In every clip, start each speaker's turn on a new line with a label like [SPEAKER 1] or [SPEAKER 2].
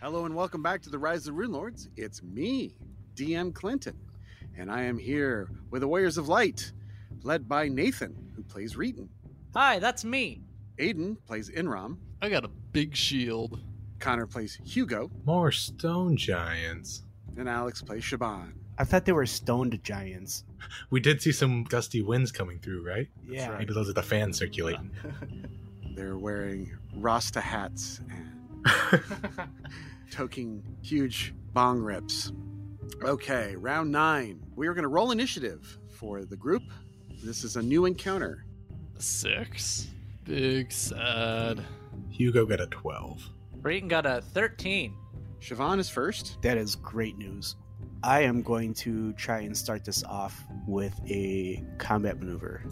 [SPEAKER 1] Hello and welcome back to the Rise of the Rune Lords. It's me, DM Clinton, and I am here with the Warriors of Light, led by Nathan, who plays Reeton.
[SPEAKER 2] Hi, that's me.
[SPEAKER 1] Aiden plays Inram.
[SPEAKER 3] I got a big shield.
[SPEAKER 1] Connor plays Hugo,
[SPEAKER 4] More stone giants.
[SPEAKER 1] and Alex plays Shaban.
[SPEAKER 5] I thought they were stoned giants.
[SPEAKER 4] We did see some gusty winds coming through, right?
[SPEAKER 5] Yeah.
[SPEAKER 4] Maybe those are the fans circulating.
[SPEAKER 1] They're wearing Rasta hats and toking huge bong rips. Okay, round nine. We are going to roll initiative for the group. This is a new encounter.
[SPEAKER 3] Six. Big sad.
[SPEAKER 4] Hugo got a 12.
[SPEAKER 2] Brayton got a 13.
[SPEAKER 1] Siobhan is first.
[SPEAKER 5] That is great news. I am going to try and start this off with a combat maneuver.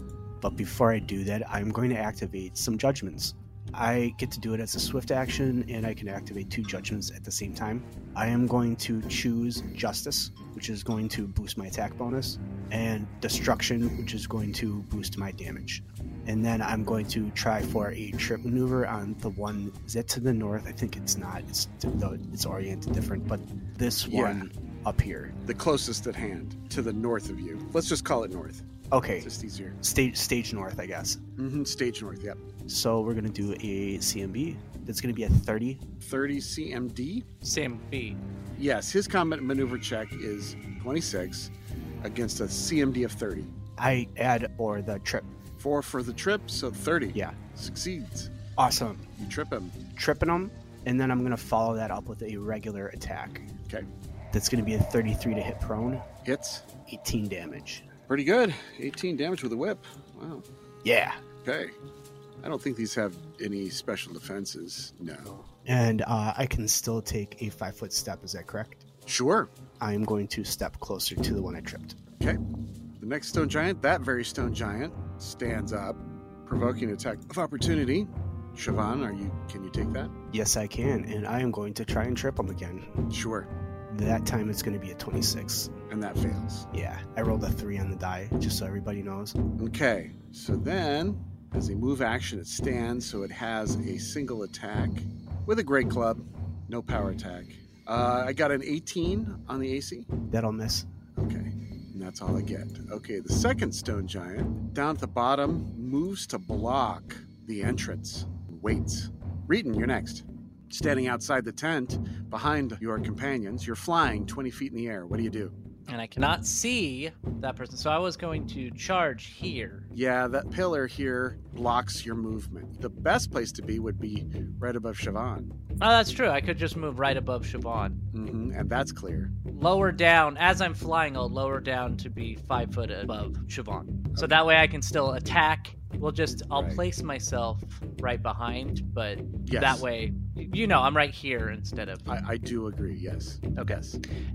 [SPEAKER 5] But before I do that, I'm going to activate some judgments. I get to do it as a swift action, and I can activate two judgments at the same time. I am going to choose Justice, which is going to boost my attack bonus, and Destruction, which is going to boost my damage. And then I'm going to try for a trip maneuver on the one. Is that to the north? I think it's not. It's to the, it's oriented different, but this
[SPEAKER 1] Yeah.
[SPEAKER 5] one up here.
[SPEAKER 1] The closest at hand to the north of you. Let's just call it north.
[SPEAKER 5] Okay,
[SPEAKER 1] It's just easier.
[SPEAKER 5] stage stage north, I guess.
[SPEAKER 1] hmm Stage north, yep.
[SPEAKER 5] So we're gonna do a CMB. That's gonna be a 30.
[SPEAKER 1] 30 CMD.
[SPEAKER 2] Same B.
[SPEAKER 1] Yes, his combat maneuver check is 26 against a CMD of 30.
[SPEAKER 5] I add or the trip.
[SPEAKER 1] Four for the trip, so 30.
[SPEAKER 5] Yeah.
[SPEAKER 1] Succeeds.
[SPEAKER 5] Awesome.
[SPEAKER 1] You trip him.
[SPEAKER 5] Tripping them, and then I'm gonna follow that up with a regular attack.
[SPEAKER 1] Okay.
[SPEAKER 5] That's gonna be a 33 to hit prone,
[SPEAKER 1] Hits.
[SPEAKER 5] 18 damage.
[SPEAKER 1] Pretty good. 18 damage with a whip. Wow.
[SPEAKER 5] Yeah.
[SPEAKER 1] Okay. I don't think these have any special defenses. No.
[SPEAKER 5] And uh, I can still take a five foot step. Is that correct?
[SPEAKER 1] Sure.
[SPEAKER 5] I am going to step closer to the one I tripped.
[SPEAKER 1] The next stone giant, that very stone giant, stands up, provoking attack of opportunity. Siobhan, are you? Can you take that?
[SPEAKER 5] Yes, I can, and I am going to try and trip him again.
[SPEAKER 1] Sure.
[SPEAKER 5] That time it's going to be a 26.
[SPEAKER 1] And that fails.
[SPEAKER 5] Yeah, I rolled a three on the die, just so everybody knows.
[SPEAKER 1] Okay. So then, as a move action, it stands, so it has a single attack with a great club, no power attack. Uh, I got an 18 on the AC.
[SPEAKER 5] That'll miss.
[SPEAKER 1] Okay, and that's all I get. Okay, the second stone giant down at the bottom moves to block the entrance and waits. Reeton, you're next. Standing outside the tent, behind your companions, you're flying 20 feet in the air. What do you do?
[SPEAKER 2] And I cannot see that person, so I was going to charge here.
[SPEAKER 1] Yeah, that pillar here blocks your movement. The best place to be would be right above Siobhan.
[SPEAKER 2] Oh, that's true. I could just move right above Siobhan.
[SPEAKER 1] hmm and that's clear.
[SPEAKER 2] Lower down, as I'm flying, I'll lower down to be five foot above Siobhan. So that way I can still attack. We'll just, I'll
[SPEAKER 1] Right.
[SPEAKER 2] place myself right behind, but
[SPEAKER 1] Yes.
[SPEAKER 2] that way, you know, I'm right here instead of.
[SPEAKER 1] I, I do agree, yes.
[SPEAKER 2] Okay.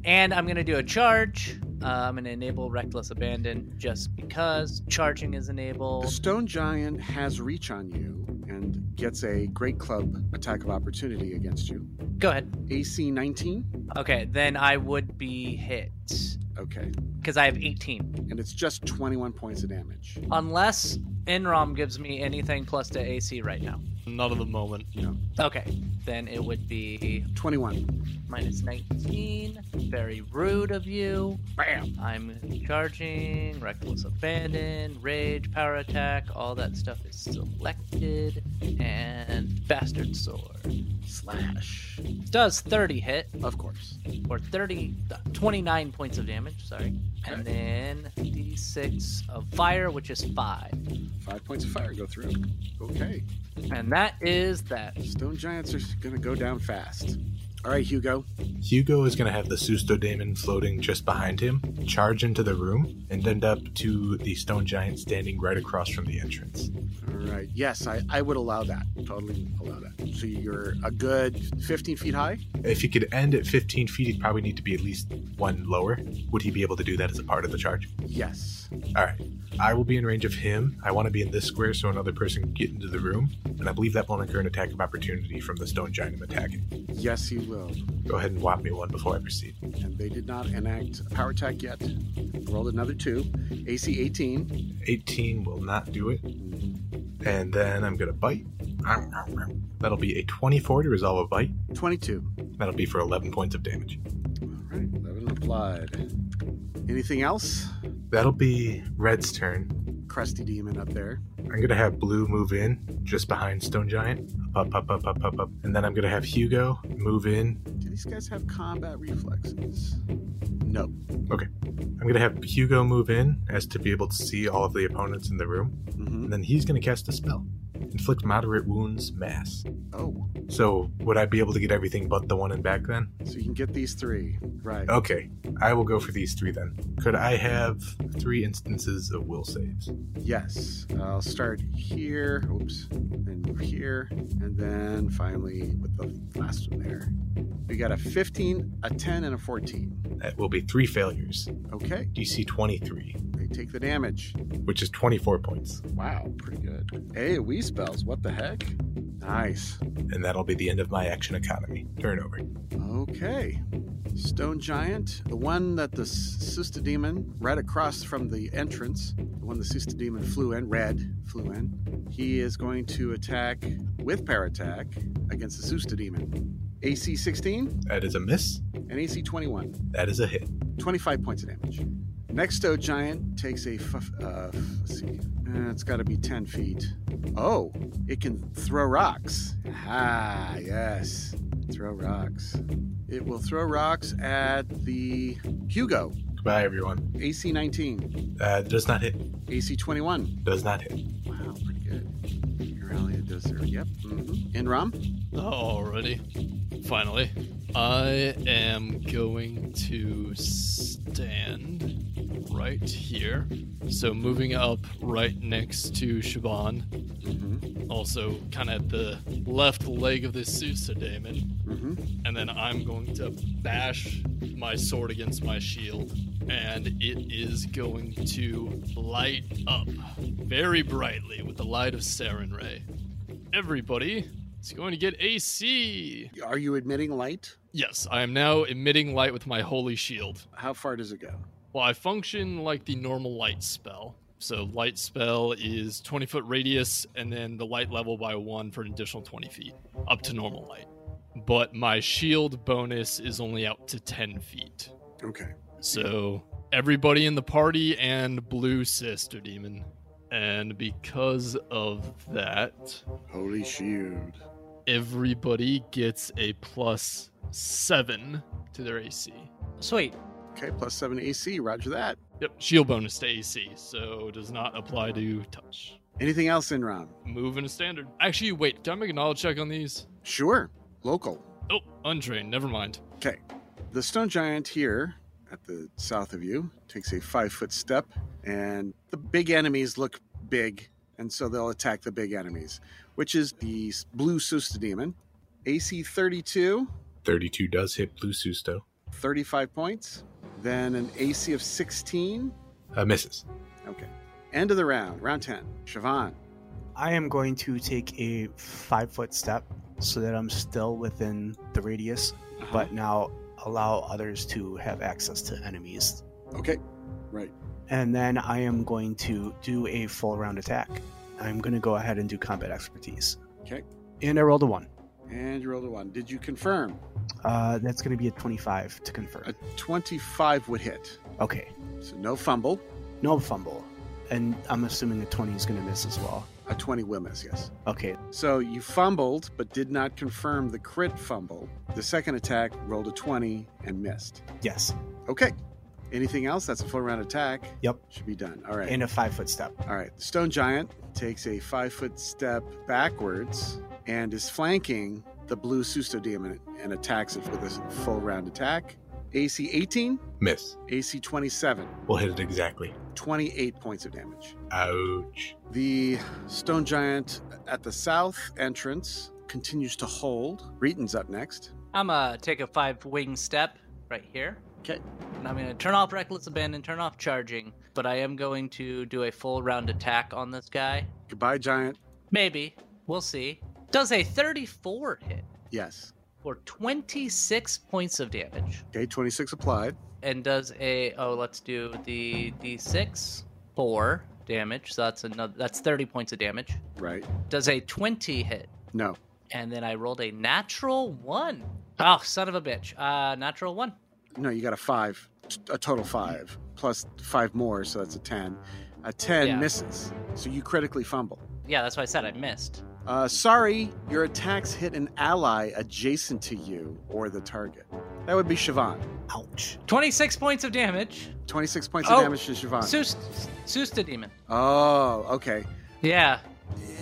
[SPEAKER 2] And I'm going to do a charge. Uh, I'm going to enable Reckless Abandon just because charging is
[SPEAKER 1] The
[SPEAKER 2] enabled.
[SPEAKER 1] stone giant has reach on you and gets a great club attack of opportunity against you.
[SPEAKER 2] Go ahead.
[SPEAKER 1] AC 19?
[SPEAKER 2] Okay, then I would be hit
[SPEAKER 1] Okay.
[SPEAKER 2] because I have 18.
[SPEAKER 1] And it's just 21 points of damage.
[SPEAKER 2] Unless Enrom gives me anything plus to AC right now.
[SPEAKER 3] Not at the moment.
[SPEAKER 2] Okay, then it would be
[SPEAKER 1] 21.
[SPEAKER 2] minus 19. Very rude of you. Bam! I'm charging, Reckless Abandon, Rage, Power Attack, all that stuff is selected, and Bastard Sword.
[SPEAKER 1] Slash.
[SPEAKER 2] Does 30 hit,
[SPEAKER 1] Of course.
[SPEAKER 2] or 30, 29 points of damage, sorry. And then d6 of fire, which is 5.
[SPEAKER 1] Five points of fire go through. Okay.
[SPEAKER 2] And that is that.
[SPEAKER 1] Stone giants are going to go down fast. All right, Hugo.
[SPEAKER 4] Hugo is going to have the Susto Daemon floating just behind him, charge into the room, and end up to the stone giant standing right across from the entrance.
[SPEAKER 1] All right. Yes, I, I would allow that. Totally allow that. So you're a good 15 feet high?
[SPEAKER 4] If he could end at 15 feet, he'd probably need to be at least one lower. Would he be able to do that as a part of the charge?
[SPEAKER 1] Yes.
[SPEAKER 4] All right. I will be in range of him. I want to be in this square so another person can get into the room, and I believe that won't incur an attack of opportunity from the stone giant I'm attacking.
[SPEAKER 1] Yes, he will will.
[SPEAKER 4] Go ahead and whop me one before I proceed.
[SPEAKER 1] And they did not enact a power attack yet. Rolled another two. AC 18.
[SPEAKER 4] 18 will not do it. And then I'm going to bite. Arm, arm, arm. That'll be a 24 to resolve a bite.
[SPEAKER 1] 22.
[SPEAKER 4] That'll be for 11 points of damage.
[SPEAKER 1] All right. 11 applied. Anything else?
[SPEAKER 4] That'll be Red's turn.
[SPEAKER 1] Crusty demon up there.
[SPEAKER 4] I'm going to have Blue move in just behind Stone Giant. Up, up, up, up, up, up. And then I'm going to have Hugo move in
[SPEAKER 1] Do these guys have combat reflexes? No.
[SPEAKER 4] I'm gonna have Hugo move in as to be able to see all of the opponents in the room,
[SPEAKER 1] hmm
[SPEAKER 4] and then he's gonna cast a spell. Inflict moderate wounds mass.
[SPEAKER 1] Oh,
[SPEAKER 4] So would I be able to get everything but the one in back then?
[SPEAKER 1] so you can get these three. Right.
[SPEAKER 4] Okay. I will go for these three then. Could I have three instances of will saves?
[SPEAKER 1] Yes. I'll start here. Oops. And move here. And then finally with the last one there. We got a 15, a 10, and a 14.
[SPEAKER 4] That will be three failures.
[SPEAKER 1] Okay.
[SPEAKER 4] DC 23,
[SPEAKER 1] They take the damage.
[SPEAKER 4] which is 24 points.
[SPEAKER 1] Wow. Pretty good. AoE spells. What the heck? Nice.
[SPEAKER 4] And that'll be the end of my action economy. Turnover.
[SPEAKER 1] Okay. Stone Giant, the one that the Susta Demon, right across from the entrance, the one the Susta Demon flew in, red flew in, he is going to attack with power attack against the Susta Demon. AC 16
[SPEAKER 4] That is a miss.
[SPEAKER 1] and AC 21.
[SPEAKER 4] That is a hit.
[SPEAKER 1] 25 points of damage. Next Stone Giant takes a. F- uh, f- let's see. Uh, it's got to be 10 feet. Oh, it can throw rocks. Ah, yes. Throw rocks. It will throw rocks at the Hugo.
[SPEAKER 4] Goodbye, everyone.
[SPEAKER 1] AC 19,
[SPEAKER 4] Uh, does not hit.
[SPEAKER 1] AC 21.
[SPEAKER 4] Does not hit.
[SPEAKER 1] Wow, pretty good. Aurelia does there. Yep. Mm-hmm. In Rom?
[SPEAKER 3] Alrighty. Finally. I am going to stand right here. So moving up right next to Shaban.
[SPEAKER 1] Mm-hmm.
[SPEAKER 3] Also kind of at the left leg of the Susa Damon.
[SPEAKER 1] Mm-hmm.
[SPEAKER 3] And then I'm going to bash my sword against my shield. And it is going to light up very brightly with the light of Saren Ray. Everybody is going to get AC.
[SPEAKER 1] Are you admitting light?
[SPEAKER 3] Yes, I am now emitting light with my holy shield.
[SPEAKER 1] How far does it go?
[SPEAKER 3] Well, I function like the normal light spell. So, light spell is 20 foot radius, and then the light level by one for an additional 20 feet, up to normal light. But my shield bonus is only out to 10 feet.
[SPEAKER 1] Okay.
[SPEAKER 3] So, everybody in the party and Blue Sister Demon. And because of that,
[SPEAKER 1] Holy shield.
[SPEAKER 3] everybody gets a plus seven to their AC.
[SPEAKER 2] Sweet.
[SPEAKER 1] Okay, plus 7 AC. Roger that.
[SPEAKER 3] Yep, shield bonus to AC, so does not apply to touch.
[SPEAKER 1] Anything else in Rom?
[SPEAKER 3] Move in a standard. Actually, wait, do I make a knowledge check on these?
[SPEAKER 1] Sure. Local.
[SPEAKER 3] Oh, untrained, never mind.
[SPEAKER 1] Okay. The stone giant here at the south of you takes a five foot step, and the big enemies look big, and so they'll attack the big enemies, which is the s- blue Susta demon. AC 32,
[SPEAKER 4] 32 does hit Blue Susto.
[SPEAKER 1] 35 points. Then an AC of 16.
[SPEAKER 4] Uh, misses.
[SPEAKER 1] Okay. End of the round, round 10. Siobhan.
[SPEAKER 5] I am going to take a five foot step so that I'm still within the radius, but now allow others to have access to enemies.
[SPEAKER 1] Okay. Right.
[SPEAKER 5] And then I am going to do a full round attack. I'm going to go ahead and do combat expertise.
[SPEAKER 1] Okay.
[SPEAKER 5] And I rolled a one.
[SPEAKER 1] And you rolled a one. Did you confirm?
[SPEAKER 5] Uh, that's going to be a 25 to confirm.
[SPEAKER 1] A 25 would hit.
[SPEAKER 5] Okay.
[SPEAKER 1] So no fumble.
[SPEAKER 5] No fumble. And I'm assuming a 20 is going to miss as well.
[SPEAKER 1] A 20 will miss, yes.
[SPEAKER 5] Okay.
[SPEAKER 1] So you fumbled, but did not confirm the crit fumble. The second attack rolled a 20 and missed.
[SPEAKER 5] Yes.
[SPEAKER 1] Okay. Anything else? That's a full round attack.
[SPEAKER 5] Yep.
[SPEAKER 1] Should be done. All right.
[SPEAKER 5] And a five foot step.
[SPEAKER 1] All right. Stone Giant takes a five foot step backwards and is flanking the blue Susto Demon and attacks it with a full round attack. AC 18,
[SPEAKER 4] Miss.
[SPEAKER 1] AC 27,
[SPEAKER 4] We'll hit it exactly.
[SPEAKER 1] 28 points of damage.
[SPEAKER 4] Ouch.
[SPEAKER 1] The stone giant at the south entrance continues to hold. Reeton's up next.
[SPEAKER 2] I'm gonna take a five wing step right here.
[SPEAKER 1] 'Kay.
[SPEAKER 2] And I'm gonna turn off reckless abandon, turn off charging, but I am going to do a full round attack on this guy.
[SPEAKER 1] Goodbye, giant.
[SPEAKER 2] Maybe we'll see. Does a 34 hit?
[SPEAKER 1] Yes.
[SPEAKER 2] for 26 points of damage
[SPEAKER 1] Okay, 26 applied.
[SPEAKER 2] and does a oh let's do the d6 4 damage so that's another that's 30 points of damage
[SPEAKER 1] Right.
[SPEAKER 2] does a 20 hit
[SPEAKER 1] No.
[SPEAKER 2] and then i rolled a natural 1 oh son of a bitch uh natural 1
[SPEAKER 1] No, you got a five, a total five, plus five more, so that's a 10. A 10
[SPEAKER 2] Yeah.
[SPEAKER 1] misses, so you critically fumble.
[SPEAKER 2] yeah that's why i said i missed
[SPEAKER 1] Uh, sorry, your attacks hit an ally adjacent to you or the target. That would be Siobhan.
[SPEAKER 5] Ouch.
[SPEAKER 2] 26 points of damage
[SPEAKER 1] 26 points
[SPEAKER 2] Oh,
[SPEAKER 1] of damage to Siobhan.
[SPEAKER 2] Sust Susta demon
[SPEAKER 1] oh, okay.
[SPEAKER 2] yeah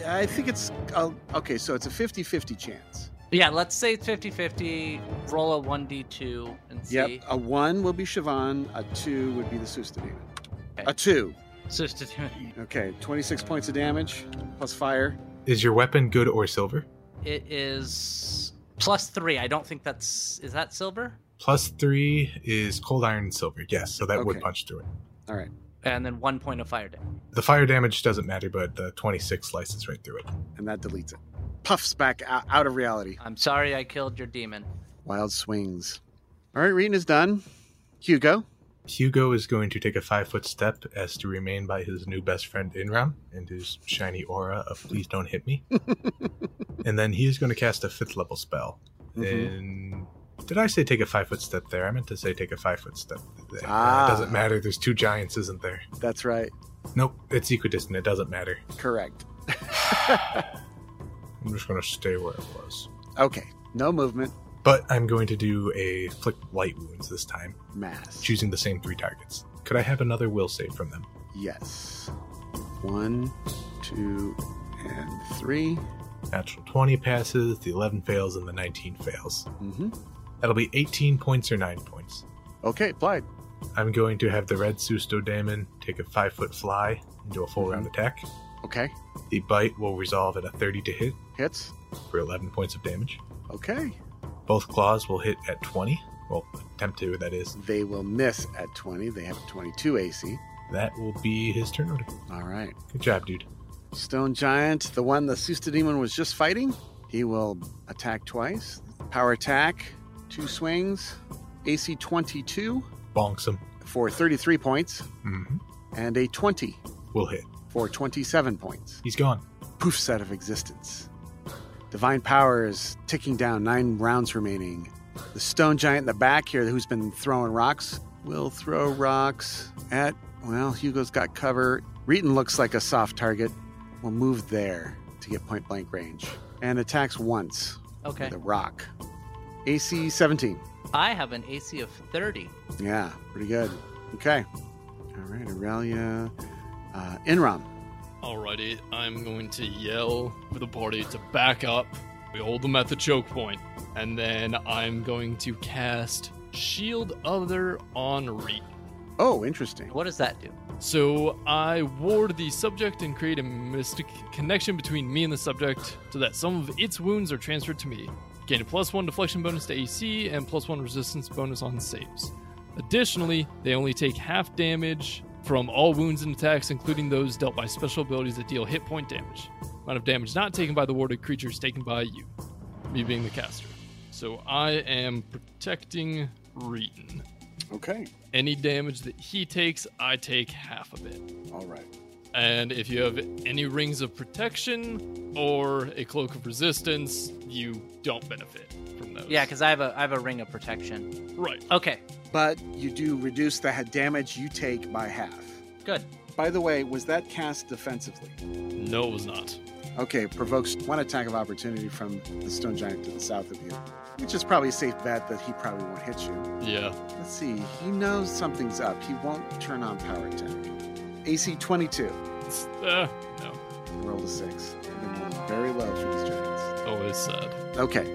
[SPEAKER 1] Yeah, I think it's. Uh, okay, so it's a 50 50 chance.
[SPEAKER 2] yeah let's say it's 50 50 roll a 1d2 and see
[SPEAKER 1] Yep. A one will be Siobhan, a two would be the Sustadina.
[SPEAKER 2] Okay.
[SPEAKER 1] A two.
[SPEAKER 2] Susta demon
[SPEAKER 1] Okay, 26 points of damage plus fire.
[SPEAKER 4] Is your weapon good or silver?
[SPEAKER 2] it is plus 3 i don't think that's is that silver
[SPEAKER 4] Plus three is cold iron and silver. Yes, so that would
[SPEAKER 1] Okay.
[SPEAKER 4] punch through it.
[SPEAKER 2] and then one point of fire damage.
[SPEAKER 4] The fire damage doesn't matter, but the 26 slices right through it.
[SPEAKER 1] and that deletes it. Puffs back out, out of reality.
[SPEAKER 2] I'm sorry I killed your demon.
[SPEAKER 1] Wild swings. All right, Reading is done. Hugo.
[SPEAKER 4] Hugo is going to take a five foot step as to remain by his new best friend Inram and his shiny aura of please don't hit me. and then he is going to cast a fifth level spell.
[SPEAKER 1] Mm-hmm.
[SPEAKER 4] And did I say take a five foot step there? I meant to say take a five foot step there.
[SPEAKER 1] Ah.
[SPEAKER 4] It doesn't matter. There's two giants, isn't there?
[SPEAKER 1] That's right.
[SPEAKER 4] Nope, it's equidistant. It doesn't matter.
[SPEAKER 1] Correct.
[SPEAKER 4] I'm just going to stay where it was.
[SPEAKER 1] Okay. No movement.
[SPEAKER 4] But I'm going to do a flick light wounds this time,
[SPEAKER 1] Mass.
[SPEAKER 4] choosing the same three targets. Could I have another will save from them?
[SPEAKER 1] Yes. One, two, and 3
[SPEAKER 4] Natural 20 passes, the 11 fails, and the 19 fails.
[SPEAKER 1] Mm-hmm.
[SPEAKER 4] That'll be 18 points or 9 points.
[SPEAKER 1] Okay. Applied.
[SPEAKER 4] I'm going to have the red Sustodamon take a 5 foot fly into a full round attack.
[SPEAKER 1] Okay.
[SPEAKER 4] The bite will resolve at a 30 to hit
[SPEAKER 1] Hits.
[SPEAKER 4] for 11 points of damage.
[SPEAKER 1] Okay.
[SPEAKER 4] Both claws will hit at 20. Well, attempt to, that is.
[SPEAKER 1] They will miss at 20. They have a 22 AC.
[SPEAKER 4] That will be his turn order.
[SPEAKER 1] All right.
[SPEAKER 4] Good job, dude.
[SPEAKER 1] Stone Giant, the one the Susta Demon was just fighting, he will attack twice. Power attack, two swings, AC 22
[SPEAKER 4] Bonks him.
[SPEAKER 1] for 33 points,
[SPEAKER 4] hmm
[SPEAKER 1] and a 20
[SPEAKER 4] Will hit.
[SPEAKER 1] for 27 points.
[SPEAKER 4] He's gone.
[SPEAKER 1] Poofs out of existence. Divine Power is ticking down, nine rounds remaining. The Stone Giant in the back here, who's been throwing rocks, will throw rocks at, well, Hugo's got cover. Reeton looks like a soft target. Will move there to get point blank range and attacks once
[SPEAKER 2] Okay.
[SPEAKER 1] with a rock. AC 17.
[SPEAKER 2] I have an AC of 30.
[SPEAKER 1] Yeah, pretty good. Okay. All right, Aurelia. Uh, Inram.
[SPEAKER 3] Alrighty, I'm going to yell for the party to back up. We hold them at the choke point, and then I'm going to cast Shield Other on Reek.
[SPEAKER 1] Oh, interesting.
[SPEAKER 2] What does that do?
[SPEAKER 3] So I ward the subject and create a mystic connection between me and the subject so that some of its wounds are transferred to me. Gain a plus one deflection bonus to AC and plus one resistance bonus on saves. Additionally, they only take half damage from all wounds and attacks, including those dealt by special abilities that deal hit point damage. Amount of damage not taken by the warded creature is taken by you, me being the caster. So I am protecting Reeton.
[SPEAKER 1] Okay.
[SPEAKER 3] Any damage that he takes, I take half of it.
[SPEAKER 1] All right.
[SPEAKER 3] And if you have any rings of protection or a cloak of resistance, you don't benefit from those.
[SPEAKER 2] Yeah, because I have a I have a ring of protection.
[SPEAKER 3] right.
[SPEAKER 2] Okay,
[SPEAKER 1] But you do reduce the ha- damage you take by half.
[SPEAKER 2] good.
[SPEAKER 1] By the way, was that cast defensively?
[SPEAKER 3] No, it was not.
[SPEAKER 1] Okay, provokes one attack of opportunity from the stone giant to the south of you, which is probably a safe bet that he probably won't hit you.
[SPEAKER 3] Yeah.
[SPEAKER 1] Let's see, he knows something's up. He won't turn on power attack. AC 22.
[SPEAKER 3] It's, uh, no.
[SPEAKER 1] Roll a six. They've been rolling very low for these giants.
[SPEAKER 3] Always sad.
[SPEAKER 1] Okay,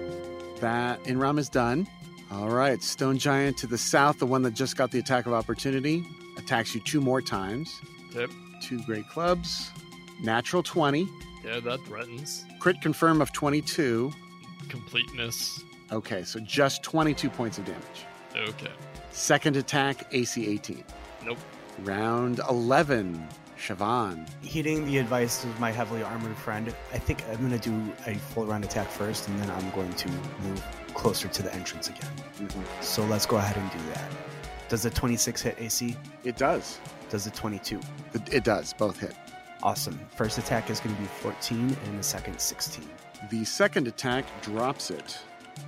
[SPEAKER 1] that Inram is done. All right, stone giant to the south, the one that just got the attack of opportunity, attacks you two more times.
[SPEAKER 3] Yep.
[SPEAKER 1] Two great clubs, natural 20,
[SPEAKER 3] Yeah, that threatens
[SPEAKER 1] crit confirm of 22.
[SPEAKER 3] completeness.
[SPEAKER 1] Okay, so just 22 points of damage.
[SPEAKER 3] Okay.
[SPEAKER 1] Second attack, AC 18.
[SPEAKER 3] Nope.
[SPEAKER 1] Round 11, Siobhan.
[SPEAKER 5] Heeding the advice of my heavily armored friend, I think I'm going to do a full round attack first, and then I'm going to move closer to the entrance again.
[SPEAKER 1] Mhm.
[SPEAKER 5] So let's go ahead and do that. Does the 26 hit AC?
[SPEAKER 1] It does.
[SPEAKER 5] Does the 22?
[SPEAKER 1] It, it does. Both hit.
[SPEAKER 5] Awesome. First attack is going to be 14 and the second 16.
[SPEAKER 1] The second attack drops it.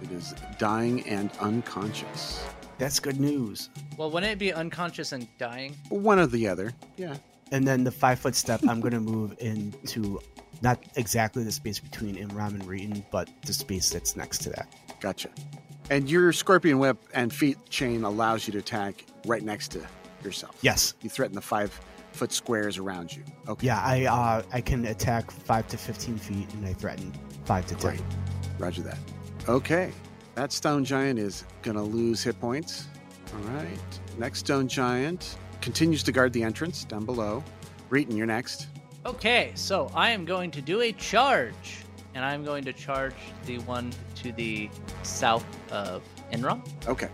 [SPEAKER 1] It is dying and unconscious.
[SPEAKER 5] That's good news.
[SPEAKER 2] Well, wouldn't it be unconscious and dying?
[SPEAKER 1] One or the other. Yeah.
[SPEAKER 5] And then the five foot step, I'm going to move into not exactly the space between Imram and Reeton, but the space that's next to that.
[SPEAKER 1] Gotcha. And your scorpion whip and feet chain allows you to attack right next to yourself.
[SPEAKER 5] Yes.
[SPEAKER 1] You threaten the five foot squares around you. Okay.
[SPEAKER 5] Yeah, I uh, I can attack 5 to 15 feet and I threaten 5 to 10.
[SPEAKER 1] Great. Roger that. Okay. That stone giant is going to lose hit points. All right. Next stone giant continues to guard the entrance down below. Reeton, you're next.
[SPEAKER 2] Okay, so I am going to do a charge, and I'm going to charge the one to the south of Enron.
[SPEAKER 1] Okay.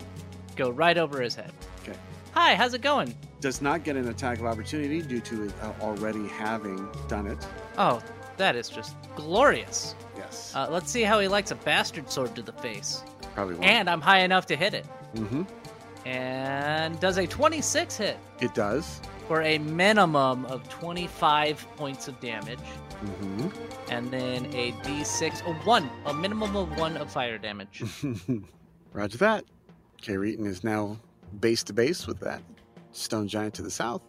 [SPEAKER 2] Go right over his head.
[SPEAKER 1] Okay.
[SPEAKER 2] Hi, how's it going?
[SPEAKER 1] Does not get an attack of opportunity due to uh, already having done it.
[SPEAKER 2] Oh, that is just glorious.
[SPEAKER 1] Yes.
[SPEAKER 2] Uh, let's see how he likes a bastard sword to the face.
[SPEAKER 1] Probably won't.
[SPEAKER 2] And I'm high enough to hit it.
[SPEAKER 1] hmm
[SPEAKER 2] And does a 26 hit
[SPEAKER 1] It does.
[SPEAKER 2] for a minimum of 25 points of damage.
[SPEAKER 1] Mm-hmm.
[SPEAKER 2] And then a d6, a 1, a minimum of 1 of fire damage.
[SPEAKER 1] Roger that. Okay, Reeton is now base to base with that stone giant to the south.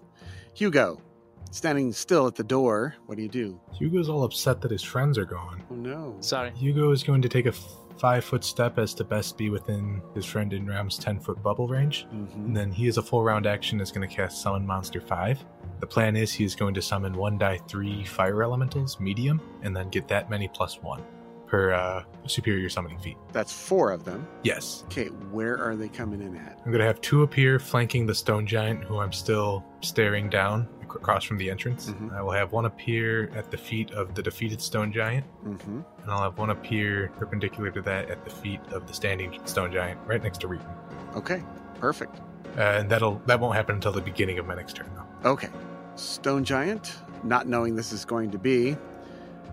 [SPEAKER 1] Hugo, standing still at the door. What do you do?
[SPEAKER 4] Hugo's all upset that his friends are gone.
[SPEAKER 1] Oh no.
[SPEAKER 2] Sorry.
[SPEAKER 4] Hugo is going to take a five foot step as to best be within his friend Inram's 10 foot bubble range.
[SPEAKER 1] Mm-hmm.
[SPEAKER 4] And then he is a full round action is going to cast Summon Monster 5. The plan is he is going to summon one die three fire elementals, medium, and then get that many plus one per uh, superior summoning feat.
[SPEAKER 1] That's four of them.
[SPEAKER 4] Yes.
[SPEAKER 1] Okay, where are they coming in at?
[SPEAKER 4] I'm going to have two appear flanking the stone giant, who I'm still staring down ac- across from the entrance.
[SPEAKER 1] Mhm.
[SPEAKER 4] I will have one appear at the feet of the defeated stone giant,
[SPEAKER 1] Mm-hmm.
[SPEAKER 4] and I'll have one appear perpendicular to that at the feet of the standing stone giant, right next to Reeton.
[SPEAKER 1] Okay, perfect.
[SPEAKER 4] Uh, and that'll that won't happen until the beginning of my next turn, though.
[SPEAKER 1] Okay, stone giant, not knowing this is going to be,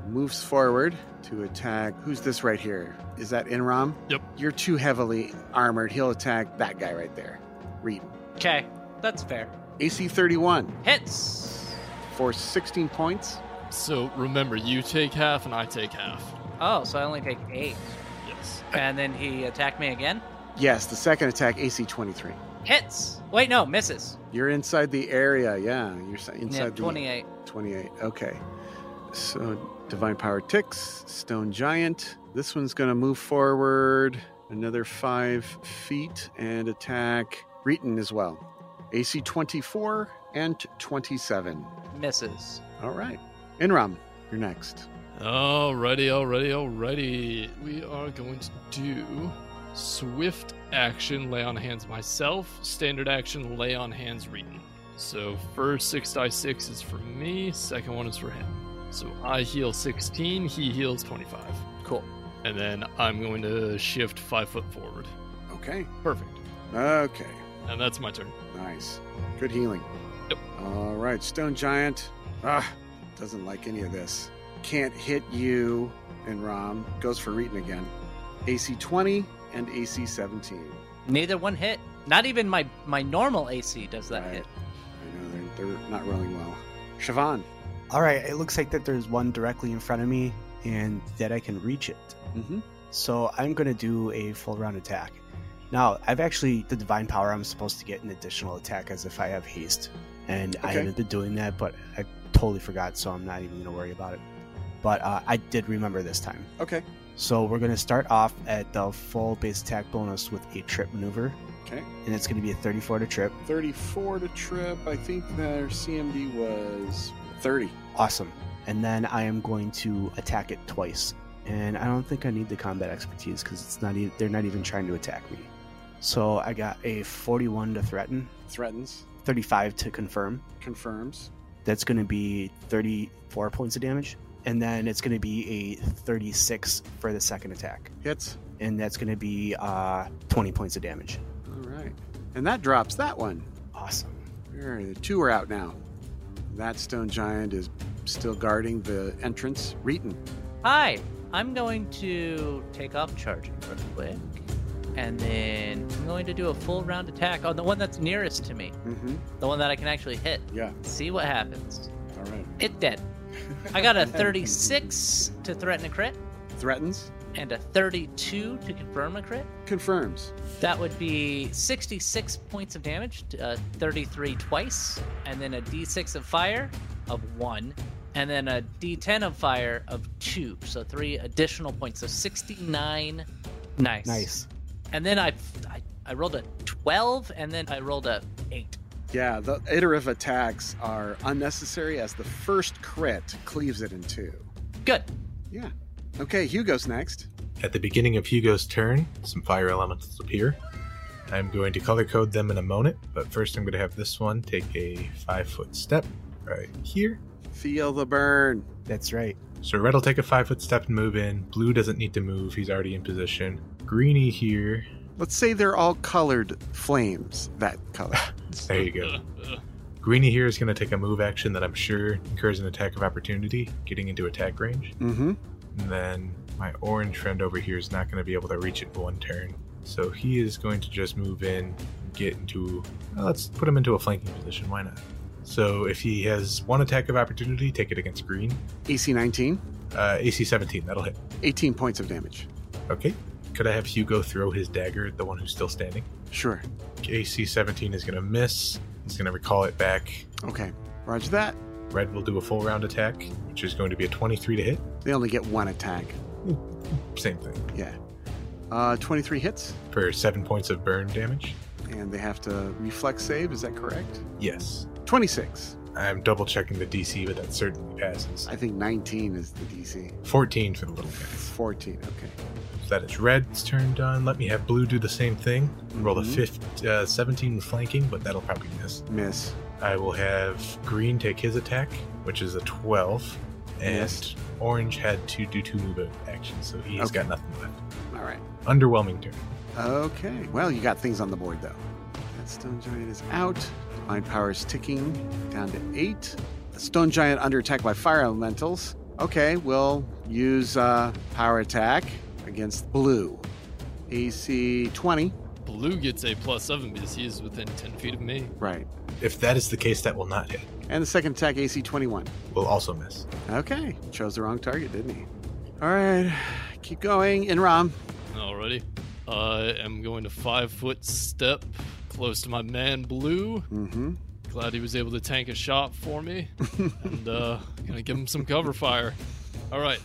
[SPEAKER 1] moves forward to attack. Who's this right here? Is that Inram?
[SPEAKER 3] Yep.
[SPEAKER 1] You're too heavily armored. He'll attack that guy right there. Reed.
[SPEAKER 2] Okay, that's fair.
[SPEAKER 1] AC 31
[SPEAKER 2] Hits!
[SPEAKER 1] for 16 points.
[SPEAKER 3] So remember, you take half and I take half.
[SPEAKER 2] Oh, so I only take 8.
[SPEAKER 3] Yes.
[SPEAKER 2] And then he attacked me again.
[SPEAKER 1] Yes, the second attack, AC 23.
[SPEAKER 2] Hits! Wait, no, misses.
[SPEAKER 1] You're inside the area. Yeah, you're s-
[SPEAKER 2] Yeah,
[SPEAKER 1] inside the
[SPEAKER 2] 28.
[SPEAKER 1] 28. Okay. So Divine Power ticks. Stone Giant. This one's going to move forward another five feet and attack Reeton as well. AC 24 and 27.
[SPEAKER 2] Misses.
[SPEAKER 1] All right. Inram, you're next.
[SPEAKER 3] Alrighty, alrighty, alrighty. We are going to do swift action, lay on hands myself, standard action, lay on hands Reeton. So first six die six is for me, second one is for him. So I heal 16, he heals 25.
[SPEAKER 2] Cool.
[SPEAKER 3] And then I'm going to shift five foot forward.
[SPEAKER 1] Okay.
[SPEAKER 3] Perfect.
[SPEAKER 1] Okay.
[SPEAKER 3] And that's my turn.
[SPEAKER 1] Nice. Good healing.
[SPEAKER 3] Yep.
[SPEAKER 1] All right, Stone Giant. Ah, doesn't like any of this. Can't hit you and Rom. Goes for Reeton again. AC 20 and AC 17.
[SPEAKER 2] Neither one hit. Not even my, my normal AC does that
[SPEAKER 1] Right.
[SPEAKER 2] hit.
[SPEAKER 1] I know they're, they're not rolling well. Siobhan.
[SPEAKER 5] All right, it looks like that there's one directly in front of me and that I can reach it.
[SPEAKER 1] Mm-hmm.
[SPEAKER 5] So I'm going to do a full round attack. Now, I've actually, the divine power, I'm supposed to get an additional attack as if I have haste. And I
[SPEAKER 1] Okay.
[SPEAKER 5] haven't been doing that, but I totally forgot, so I'm not even going to worry about it. But uh, I did remember this time.
[SPEAKER 1] Okay.
[SPEAKER 5] So we're going to start off at the full base attack bonus with a trip maneuver.
[SPEAKER 1] Okay.
[SPEAKER 5] And it's going to be a 34 to trip.
[SPEAKER 1] 34 to trip. I think their CMD was 30.
[SPEAKER 5] Awesome. And then I am going to attack it twice. And I don't think I need the combat expertise because it's not e- they're not even trying to attack me. So I got a 41 to threaten,
[SPEAKER 1] Threatens.
[SPEAKER 5] 35 to confirm.
[SPEAKER 1] Confirms.
[SPEAKER 5] That's going to be 34 points of damage. And then it's going to be a 36 for the second attack.
[SPEAKER 1] Hits.
[SPEAKER 5] And that's going to be uh, 20 points of damage.
[SPEAKER 1] All right. And that drops that one.
[SPEAKER 5] Awesome.
[SPEAKER 1] All right, the two are out now. That stone giant is still guarding the entrance. Reeton.
[SPEAKER 2] Hi, I'm going to take off charging real quick. And then I'm going to do a full round attack on the one that's nearest to me,
[SPEAKER 1] Mm-hmm.
[SPEAKER 2] the one that I can actually hit.
[SPEAKER 1] Yeah.
[SPEAKER 2] See what happens.
[SPEAKER 1] All right.
[SPEAKER 2] It dead. I got a 36 to threaten a crit
[SPEAKER 1] Threatens.
[SPEAKER 2] and a 32 to confirm a crit.
[SPEAKER 1] Confirms.
[SPEAKER 2] That would be 66 points of damage, uh, 33 twice, and then a d6 of fire of 1, and then a d10 of fire of 2. So 3 additional points. So 69. Nice.
[SPEAKER 5] Nice.
[SPEAKER 2] And then I, I, I rolled a 12, and then I rolled a 8.
[SPEAKER 1] Yeah, the iterative attacks are unnecessary as the first crit cleaves it in two.
[SPEAKER 2] Good.
[SPEAKER 1] Yeah. Okay, Hugo's next.
[SPEAKER 4] At the beginning of Hugo's turn, some fire elementals appear. I'm going to color code them in a moment, but first I'm going to have this one take a five foot step right here.
[SPEAKER 1] Feel the burn.
[SPEAKER 5] That's right.
[SPEAKER 4] So red will take a five foot step and move in. Blue doesn't need to move, he's already in position. Greeny here.
[SPEAKER 1] Let's say they're all colored flames that color.
[SPEAKER 4] There you go.
[SPEAKER 3] Uh, uh,
[SPEAKER 4] Greeny here is going to take a move action that I'm sure incurs an attack of opportunity, getting into attack range.
[SPEAKER 1] mm-hmm.
[SPEAKER 4] And then my orange friend over here is not going to be able to reach it in one turn. So he is going to just move in, get into. well, let's put him into a flanking position. Why not? So if he has one attack of opportunity, take it against green.
[SPEAKER 1] AC 19,
[SPEAKER 4] Uh, AC 17, that'll hit.
[SPEAKER 1] 18 points of damage.
[SPEAKER 4] Okay. Could I have Hugo throw his dagger at the one who's still standing?
[SPEAKER 1] Sure.
[SPEAKER 4] AC 17 is going to miss. He's going to recall it back.
[SPEAKER 1] Okay. Roger that.
[SPEAKER 4] Red will do a full round attack, which is going to be a 23 to hit.
[SPEAKER 1] They only get one attack.
[SPEAKER 4] Same thing.
[SPEAKER 1] Yeah. Uh, 23 hits,
[SPEAKER 4] For seven points of burn damage.
[SPEAKER 1] and they have to reflex save. Is that correct?
[SPEAKER 4] Yes.
[SPEAKER 1] 26.
[SPEAKER 4] I'm double checking the DC, but that certainly passes.
[SPEAKER 1] I think 19 is the DC.
[SPEAKER 4] 14 for the little guy.
[SPEAKER 1] 14. Okay.
[SPEAKER 4] So that is red's turn done. Let me have blue do the same thing. Roll a
[SPEAKER 1] Mhm.
[SPEAKER 4] 15, uh, 17 flanking, but that'll probably miss.
[SPEAKER 1] Miss.
[SPEAKER 4] I will have green take his attack, which is a 12. And
[SPEAKER 1] Yes.
[SPEAKER 4] orange had to do two move actions, so he's
[SPEAKER 1] Okay.
[SPEAKER 4] got nothing left.
[SPEAKER 1] All right.
[SPEAKER 4] Underwhelming turn.
[SPEAKER 1] Okay. Well, you got things on the board, though. That stone giant is out. Mind power is ticking down to eight. The stone giant under attack by fire elementals. Okay, we'll use uh, power attack against blue. AC 20.
[SPEAKER 3] Blue gets a plus seven because he is within ten feet of me.
[SPEAKER 1] Right.
[SPEAKER 4] If that is the case, that will not hit.
[SPEAKER 1] And the second attack, AC 21.
[SPEAKER 4] Will also miss.
[SPEAKER 1] Okay. Chose the wrong target, didn't he? All right. Keep going. Inram.
[SPEAKER 3] Alrighty. I am going to five foot step close to my man Blue.
[SPEAKER 1] Mm-hmm.
[SPEAKER 3] Glad he was able to tank a shot for me. and uh gonna give him some cover fire. Alright.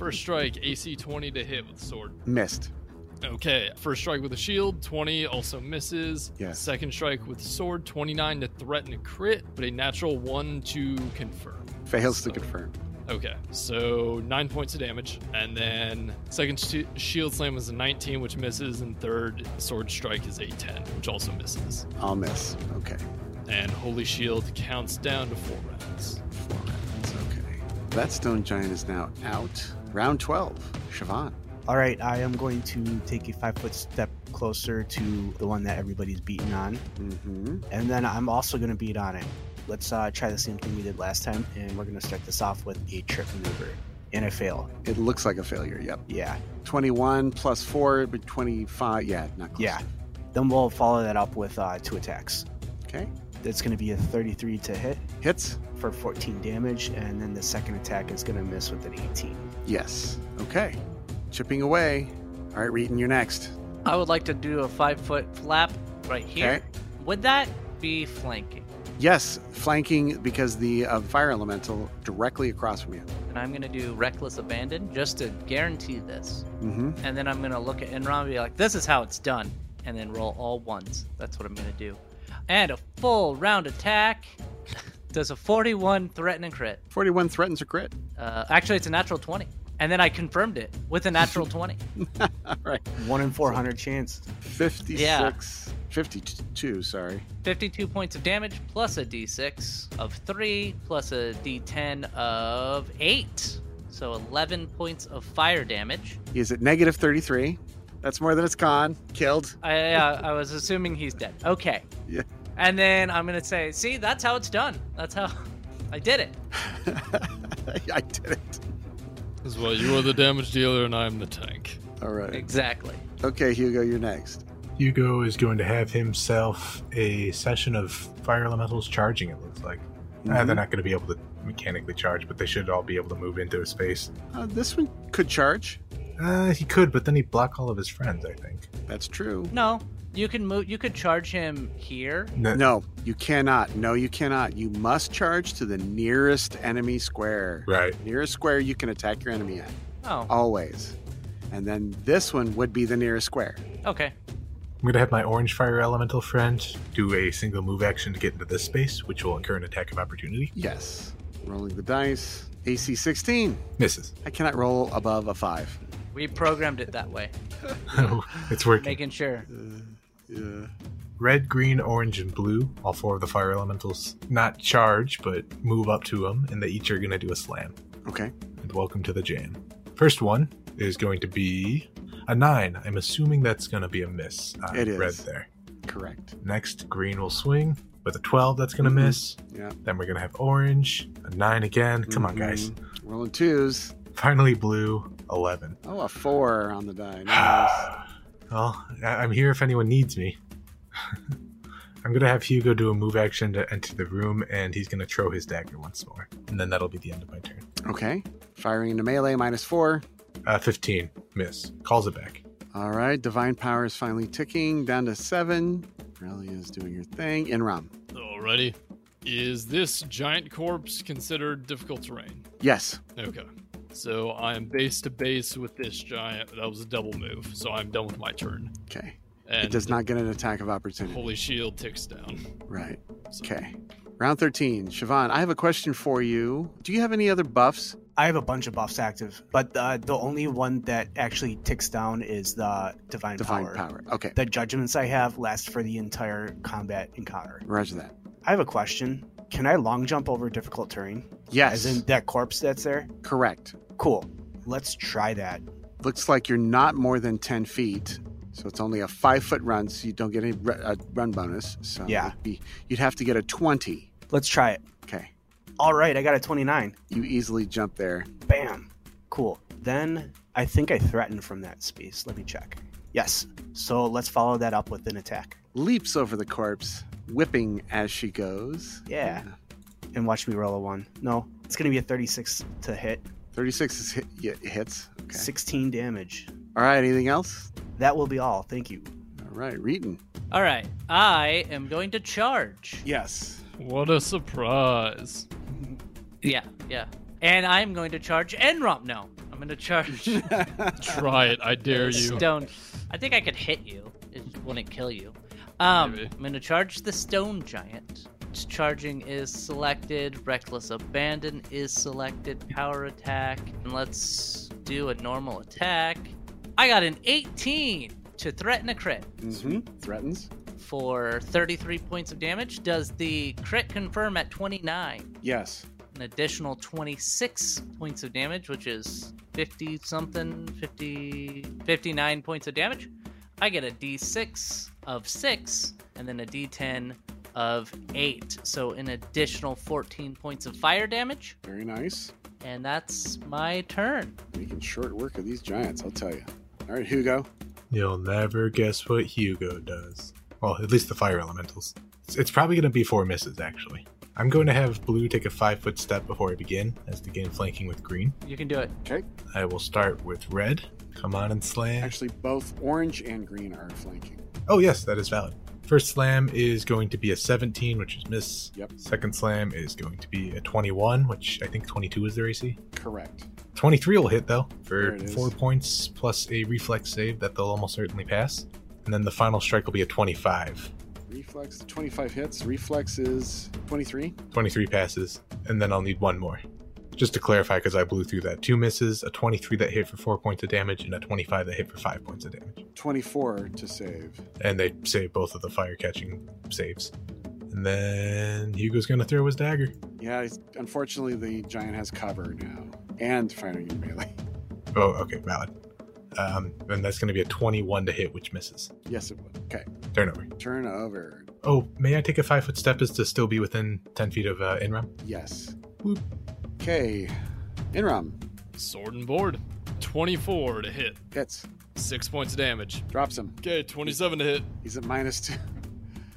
[SPEAKER 3] First strike, AC twenty to hit with sword.
[SPEAKER 1] Missed.
[SPEAKER 3] Okay. First strike with a shield, twenty also misses.
[SPEAKER 1] Yeah.
[SPEAKER 3] Second strike with sword, twenty-nine to threaten a crit, but a natural one to confirm.
[SPEAKER 1] Fails to
[SPEAKER 3] So-
[SPEAKER 1] confirm.
[SPEAKER 3] Okay, so nine points of damage, and then second sh- shield slam is a 19, which misses, and third sword strike is a 10, which also misses.
[SPEAKER 1] I'll miss. Okay.
[SPEAKER 3] And holy shield counts down to four rounds.
[SPEAKER 1] Four rounds. Okay. That stone giant is now out. Round 12. Siobhan.
[SPEAKER 5] All right, I am going to take a five foot step closer to the one that everybody's beaten on,
[SPEAKER 1] Mm-hmm.
[SPEAKER 5] and then I'm also going to beat on it. Let's uh, try the same thing we did last time, and we're going to start this off with a trip maneuver, and I fail.
[SPEAKER 1] It looks like a failure. Yep.
[SPEAKER 5] Yeah,
[SPEAKER 1] 21 plus 4, but 25. Yeah, not close.
[SPEAKER 5] yeah. Then we'll follow that up with uh, two attacks.
[SPEAKER 1] Okay.
[SPEAKER 5] That's going to be a 33 to hit
[SPEAKER 1] Hits.
[SPEAKER 5] for 14 damage, and then the second attack is going to miss with an 18.
[SPEAKER 1] Yes. Okay. Chipping away. All right, Reeton, you're next.
[SPEAKER 2] I would like to do a five foot flap right here.
[SPEAKER 1] Okay.
[SPEAKER 2] Would that be flanking?
[SPEAKER 1] Yes, flanking because the uh, fire elemental directly across from you.
[SPEAKER 2] And I'm going to do reckless abandon just to guarantee this.
[SPEAKER 1] Mm-hmm.
[SPEAKER 2] and then I'm gonna look at Enron and be like, "This is how it's done," and then roll all ones. That's what I'm gonna do. And a full round attack. Does a 41 threaten and crit?
[SPEAKER 1] 41 threatens a crit.
[SPEAKER 2] Uh, actually, it's a natural 20, and then I confirmed it with a natural 20.
[SPEAKER 1] All right.
[SPEAKER 5] One in 400 chance.
[SPEAKER 1] 56.
[SPEAKER 2] Yeah.
[SPEAKER 1] 52, sorry.
[SPEAKER 2] 52 points of damage plus a d6 of 3 plus a d10 of 8. So 11 points of fire damage.
[SPEAKER 1] Is it negative 33? That's more than it's con. Killed.
[SPEAKER 2] I, uh, I was assuming he's dead. Okay.
[SPEAKER 1] Yeah.
[SPEAKER 2] And then I'm gonna say, see, that's how it's done. That's how I did it.
[SPEAKER 1] I did it.
[SPEAKER 3] As well, you are the damage dealer, and I am the tank.
[SPEAKER 1] All right.
[SPEAKER 2] Exactly.
[SPEAKER 1] Okay, Hugo, you're next.
[SPEAKER 4] Hugo is going to have himself a session of fire elementals charging, it looks like. Ah, they're not going to be able to mechanically charge, but they should all be able to move into his space.
[SPEAKER 1] Uh, this one could charge.
[SPEAKER 4] Uh, he could, but then he'd block all of his friends, I think.
[SPEAKER 1] That's true.
[SPEAKER 2] No, you can move. You could charge him here.
[SPEAKER 4] No,
[SPEAKER 1] No, you cannot. No, you cannot. You must charge to the nearest enemy square.
[SPEAKER 4] Right.
[SPEAKER 1] Nearest square you can attack your enemy at,
[SPEAKER 2] Oh,
[SPEAKER 1] always. And then this one would be the nearest square.
[SPEAKER 2] okay.
[SPEAKER 4] I'm going to have my orange fire elemental friend do a single move action to get into this space, which will incur an attack of opportunity.
[SPEAKER 1] Yes. Rolling the dice. AC 16.
[SPEAKER 4] Misses.
[SPEAKER 1] I cannot roll above a five.
[SPEAKER 2] We programmed it that way,
[SPEAKER 4] it's working.
[SPEAKER 2] making sure.
[SPEAKER 1] Uh, Yeah.
[SPEAKER 4] Red, green, orange, and blue, all four of the fire elementals, not charge, but move up to him, and they each are going to do a slam.
[SPEAKER 1] Okay.
[SPEAKER 4] and welcome to the jam. First one is going to be a nine. I'm assuming that's going to be a miss. Uh,
[SPEAKER 1] It is.
[SPEAKER 4] red there.
[SPEAKER 1] Correct.
[SPEAKER 4] Next, green will swing with a twelve. That's going to
[SPEAKER 1] Mhm.
[SPEAKER 4] miss.
[SPEAKER 1] Yeah.
[SPEAKER 4] Then we're going to have orange, a nine again. Come on, guys.
[SPEAKER 1] Mhm. Rolling twos.
[SPEAKER 4] Finally, blue, eleven.
[SPEAKER 1] Oh, a four on the die. Nice.
[SPEAKER 4] well, I- I'm here if anyone needs me. I'm going to have Hugo do a move action to enter the room, and he's going to throw his dagger once more, and then that'll be the end of my turn.
[SPEAKER 1] okay. Firing into melee, minus four.
[SPEAKER 4] Uh, Fifteen, miss. Calls it back.
[SPEAKER 1] All right. Divine power is finally ticking down to seven. Really is doing your thing. Enram.
[SPEAKER 3] Alrighty. Is this giant corpse considered difficult terrain?
[SPEAKER 1] Yes.
[SPEAKER 3] Okay. So I'm base to base with this giant. That was a double move, so I'm done with my turn.
[SPEAKER 1] Okay.
[SPEAKER 3] And
[SPEAKER 1] it does not get an attack of opportunity.
[SPEAKER 3] holy shield ticks down.
[SPEAKER 1] Right.
[SPEAKER 3] So-
[SPEAKER 1] Okay. Round 13. Siobhan, I have a question for you. Do you have any other buffs?
[SPEAKER 5] I have a bunch of buffs active, but uh, the only one that actually ticks down is the divine,
[SPEAKER 1] Divine
[SPEAKER 5] power.
[SPEAKER 1] power. Okay.
[SPEAKER 5] The judgments I have last for the entire combat encounter.
[SPEAKER 1] Roger that.
[SPEAKER 5] I have a question. Can I long jump over difficult terrain?
[SPEAKER 1] Yes.
[SPEAKER 5] As in that corpse that's there?
[SPEAKER 1] correct.
[SPEAKER 5] Cool. Let's try that.
[SPEAKER 1] Looks like you're not more than 10 feet. So it's only a five foot run, so you don't get any ru- uh, run bonus. So
[SPEAKER 5] Yeah.
[SPEAKER 1] it'd be- you'd have to get a 20.
[SPEAKER 5] Let's try it.
[SPEAKER 1] Okay.
[SPEAKER 5] All right, I got a 29.
[SPEAKER 1] You easily jump there.
[SPEAKER 5] Bam. Cool. Then I think I threaten from that space. Let me check. Yes. So let's follow that up with an attack.
[SPEAKER 1] Leaps over the corpse, whipping as she goes. Uh,
[SPEAKER 5] Yeah. And watch me roll a 1. No, it's going to be a 36 to hit,
[SPEAKER 1] 36 is hit, yeah, it hits. Okay.
[SPEAKER 5] 16 damage.
[SPEAKER 1] All right. Anything else?
[SPEAKER 5] That will be all. Thank you.
[SPEAKER 1] All right. Reading.
[SPEAKER 2] All right. I am going to charge.
[SPEAKER 1] Yes.
[SPEAKER 3] What a surprise.
[SPEAKER 2] Yeah, yeah. And I'm going to charge Enrom. No, I'm going to charge
[SPEAKER 3] Try it, I dare you.
[SPEAKER 2] Stone. I think I could hit you. It wouldn't kill you. Um,
[SPEAKER 3] Maybe.
[SPEAKER 2] I'm going to charge the stone giant. Charging is selected. Reckless abandon is selected. Power attack. And let's do a normal attack. I got an 18 to threaten a crit
[SPEAKER 1] hmm Threatens.
[SPEAKER 2] for 33 points of damage. Does the crit confirm at 29?
[SPEAKER 1] Yes.
[SPEAKER 2] an additional 26 points of damage, which is 50 something, 50, 59 points of damage. I get a d6 of 6 and then a d10 of 8. So an additional 14 points of fire damage.
[SPEAKER 1] Very nice.
[SPEAKER 2] And that's my turn.
[SPEAKER 1] Making short work of these giants, I'll tell you. All right, Hugo.
[SPEAKER 4] You'll never guess what Hugo does. Well, at least the fire elementals. It's, it's probably going to be four misses, actually. I'm going to have blue take a five foot step before I begin, as the game flanking with green.
[SPEAKER 2] You can do it.
[SPEAKER 4] I will start with red. Come on and slam.
[SPEAKER 1] Actually, both orange and green are flanking.
[SPEAKER 4] oh, yes, that is valid. First slam is going to be a 17, which is miss.
[SPEAKER 1] Yep.
[SPEAKER 4] Second slam is going to be a 21, which I think 22 is their AC.
[SPEAKER 1] Correct.
[SPEAKER 4] 23 will hit, though,
[SPEAKER 1] There
[SPEAKER 4] for
[SPEAKER 1] it is.
[SPEAKER 4] four points plus a reflex save that they'll almost certainly pass. And then the final strike will be a 25.
[SPEAKER 1] Reflex, 25 hits. Reflex is 23.
[SPEAKER 4] 23 passes, and then I'll need one more. Just to clarify, because I blew through that. Two misses, a 23 that hit for 4 points of damage, and a 25 that hit for 5 points of damage.
[SPEAKER 1] 24 to save.
[SPEAKER 4] And they save both of the fire catching saves. And then Hugo's going to throw his dagger.
[SPEAKER 1] Yeah, it's- unfortunately, the giant has cover now and firing in melee.
[SPEAKER 4] Oh, okay, valid. Um, and that's going to be a 21 to hit, which misses.
[SPEAKER 1] Yes, it would. Okay,
[SPEAKER 4] Turn over.
[SPEAKER 1] turn over.
[SPEAKER 4] Oh, may I take a 5 foot step as to still be within 10 feet of uh, Inram?
[SPEAKER 1] Yes.
[SPEAKER 4] Whoop.
[SPEAKER 1] Okay, Inram
[SPEAKER 3] Sword and board. 24 to hit.
[SPEAKER 1] hits.
[SPEAKER 3] Six points of damage.
[SPEAKER 1] Drops him.
[SPEAKER 3] Okay, 27 to hit.
[SPEAKER 1] He's at minus two.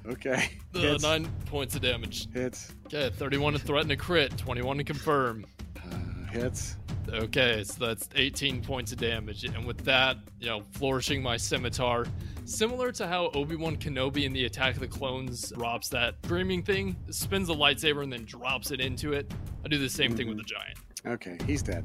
[SPEAKER 1] Okay.
[SPEAKER 3] Uh,
[SPEAKER 1] Hits.
[SPEAKER 3] nine points of damage.
[SPEAKER 1] Hits.
[SPEAKER 3] Okay, 31 to threaten to crit, 21 to confirm.
[SPEAKER 1] Uh, hits.
[SPEAKER 3] Okay, so that's 18 points of damage. And with that, you know, flourishing my scimitar, similar to how Obi Wan Kenobi in the Attack of the Clones drops that screaming thing, spins the lightsaber, and then drops it into it. I do the same thing with the giant.
[SPEAKER 1] Okay, he's dead.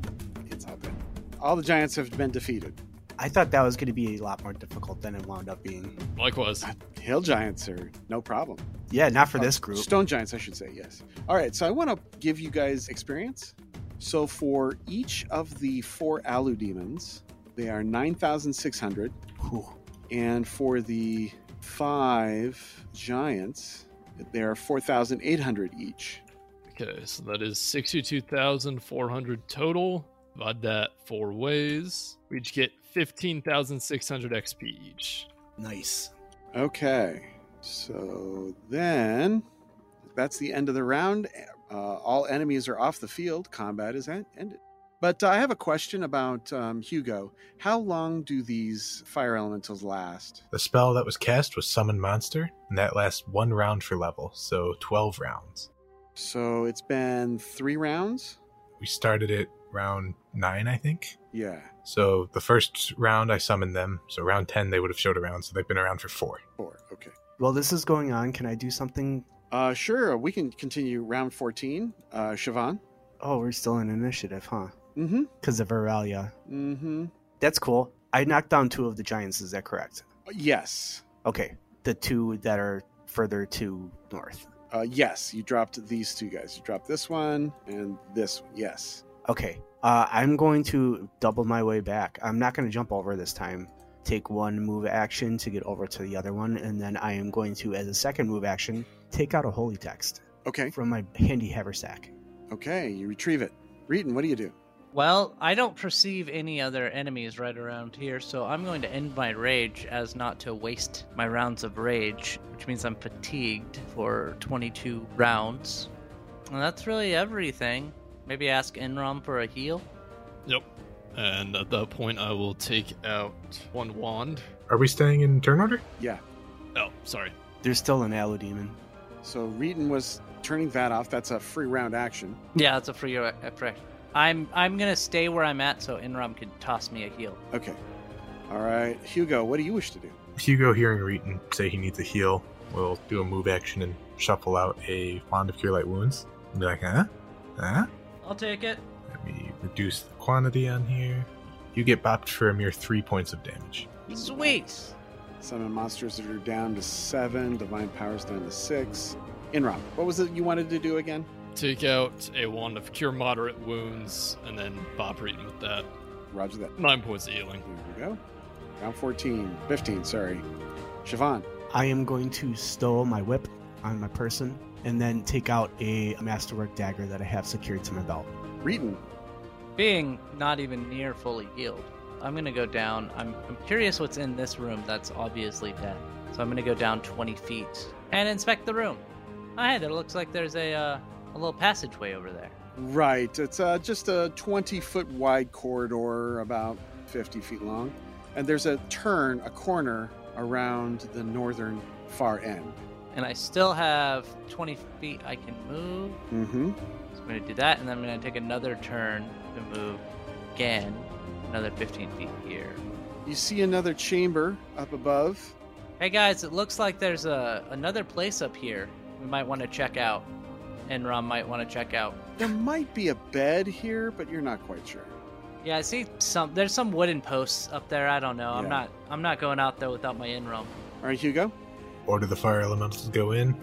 [SPEAKER 1] It's all dead. All the giants have been defeated.
[SPEAKER 5] I thought that was going to be a lot more difficult than it wound up being.
[SPEAKER 3] Likewise.
[SPEAKER 1] Hill giants are no problem.
[SPEAKER 5] Yeah, not for
[SPEAKER 1] Uh,
[SPEAKER 5] this group.
[SPEAKER 1] Stone giants, I should say, yes. All right, so I want to give you guys experience. So for each of the four Alu demons, they are 9,600.
[SPEAKER 5] Whew.
[SPEAKER 1] And for the five giants, they are 4,800 each.
[SPEAKER 3] Okay, so that is 62,400 total. Divide that four ways. We each get 15,600 XP each.
[SPEAKER 5] Nice.
[SPEAKER 1] Okay, so then that's the end of the round. Uh, all enemies are off the field. Combat is en- ended. But uh, I have a question about um, Hugo. How long do these fire elementals last?
[SPEAKER 4] The spell that was cast was Summon Monster, and that lasts one round for level, so 12 rounds.
[SPEAKER 1] So it's been three rounds?
[SPEAKER 4] We started it round 9, I think.
[SPEAKER 1] Yeah,
[SPEAKER 4] So the first round I summoned them, so round 10 they would have showed around, so they've been around for 4.
[SPEAKER 1] four. Okay.
[SPEAKER 5] Well, this is going on. Can I do something?
[SPEAKER 1] Uh, sure, we can continue round 14. Uh, Siobhan?
[SPEAKER 5] Oh, we're still in initiative, huh?
[SPEAKER 1] Mm hmm.
[SPEAKER 5] Because of Aurelia.
[SPEAKER 1] Mm hmm.
[SPEAKER 5] That's cool. I knocked down two of the giants. Is that correct?
[SPEAKER 1] Yes.
[SPEAKER 5] Okay. The two that are further to north.
[SPEAKER 1] Uh, yes, you dropped these two guys. You dropped this one and this one. Yes.
[SPEAKER 5] Okay. Uh, I'm going to double my way back. I'm not going to jump over this time. Take one move action to get over to the other one, and then I am going to, as a second move action, take out a holy text
[SPEAKER 1] Okay.
[SPEAKER 5] from my handy haversack.
[SPEAKER 1] Okay, you retrieve it. Reeton, what do you do?
[SPEAKER 2] Well, I don't perceive any other enemies right around here, so I'm going to end my rage as not to waste my rounds of rage, which means I'm fatigued for 22 rounds. And that's really everything. Maybe ask Enrom for a heal.
[SPEAKER 3] Yep. And at that point, I will take out one wand.
[SPEAKER 4] Are we staying in turn order?
[SPEAKER 1] Yeah.
[SPEAKER 3] Oh, sorry.
[SPEAKER 5] There's still an Allo demon.
[SPEAKER 1] So Reeton was turning that off. That's a free round action.
[SPEAKER 2] Yeah, that's a free effect. I'm I'm gonna stay where I'm at so Enrom can toss me a heal.
[SPEAKER 1] Okay. All right, Hugo, what do you wish to do?
[SPEAKER 4] Hugo, hearing Reeton say he needs a heal, will do a move action and shuffle out a Wand of Cure Light Wounds. And be like, huh? Huh?
[SPEAKER 2] I'll take it.
[SPEAKER 4] Let me reduce the quantity on here. You get bopped for a mere 3 points of damage.
[SPEAKER 2] Sweet.
[SPEAKER 1] Summon monsters that are down to seven, divine powers down to six. Inram, what was it you wanted to do again?
[SPEAKER 3] Take out a wand of cure moderate wounds, and then Bob Reeton with that.
[SPEAKER 1] Roger that.
[SPEAKER 3] Nine points of healing.
[SPEAKER 1] Here we go. Round 14, 15, sorry. Siobhan,
[SPEAKER 5] I am going to stow my whip on my person and then take out a masterwork dagger that I have secured to my belt.
[SPEAKER 1] Reeton,
[SPEAKER 2] Being not even near fully healed, I'm gonna go down. I'm, I'm curious what's in this room that's obviously dead. So I'm gonna go down 20 feet and inspect the room. Oh, hey, there looks like there's a uh, a little passageway over there.
[SPEAKER 1] Right. It's uh, just a 20 foot wide corridor, about 50 feet long. And there's a turn, a corner around the northern far end.
[SPEAKER 2] And I still have 20 feet I can move.
[SPEAKER 1] Mm hmm.
[SPEAKER 2] So I'm gonna do that, and then I'm gonna take another turn to move again, another 15 feet here.
[SPEAKER 1] You see another chamber up above.
[SPEAKER 2] Hey guys, it looks like there's a another place up here we might want to check out. and Rom might want to check out.
[SPEAKER 1] There might be a bed here, but you're not quite sure.
[SPEAKER 2] Yeah, I see some there's some wooden posts up there. I don't know. I'm
[SPEAKER 1] Yeah.
[SPEAKER 2] not I'm not going out there without my Enrom.
[SPEAKER 1] All right, Hugo,
[SPEAKER 4] Order the fire elementals to go in.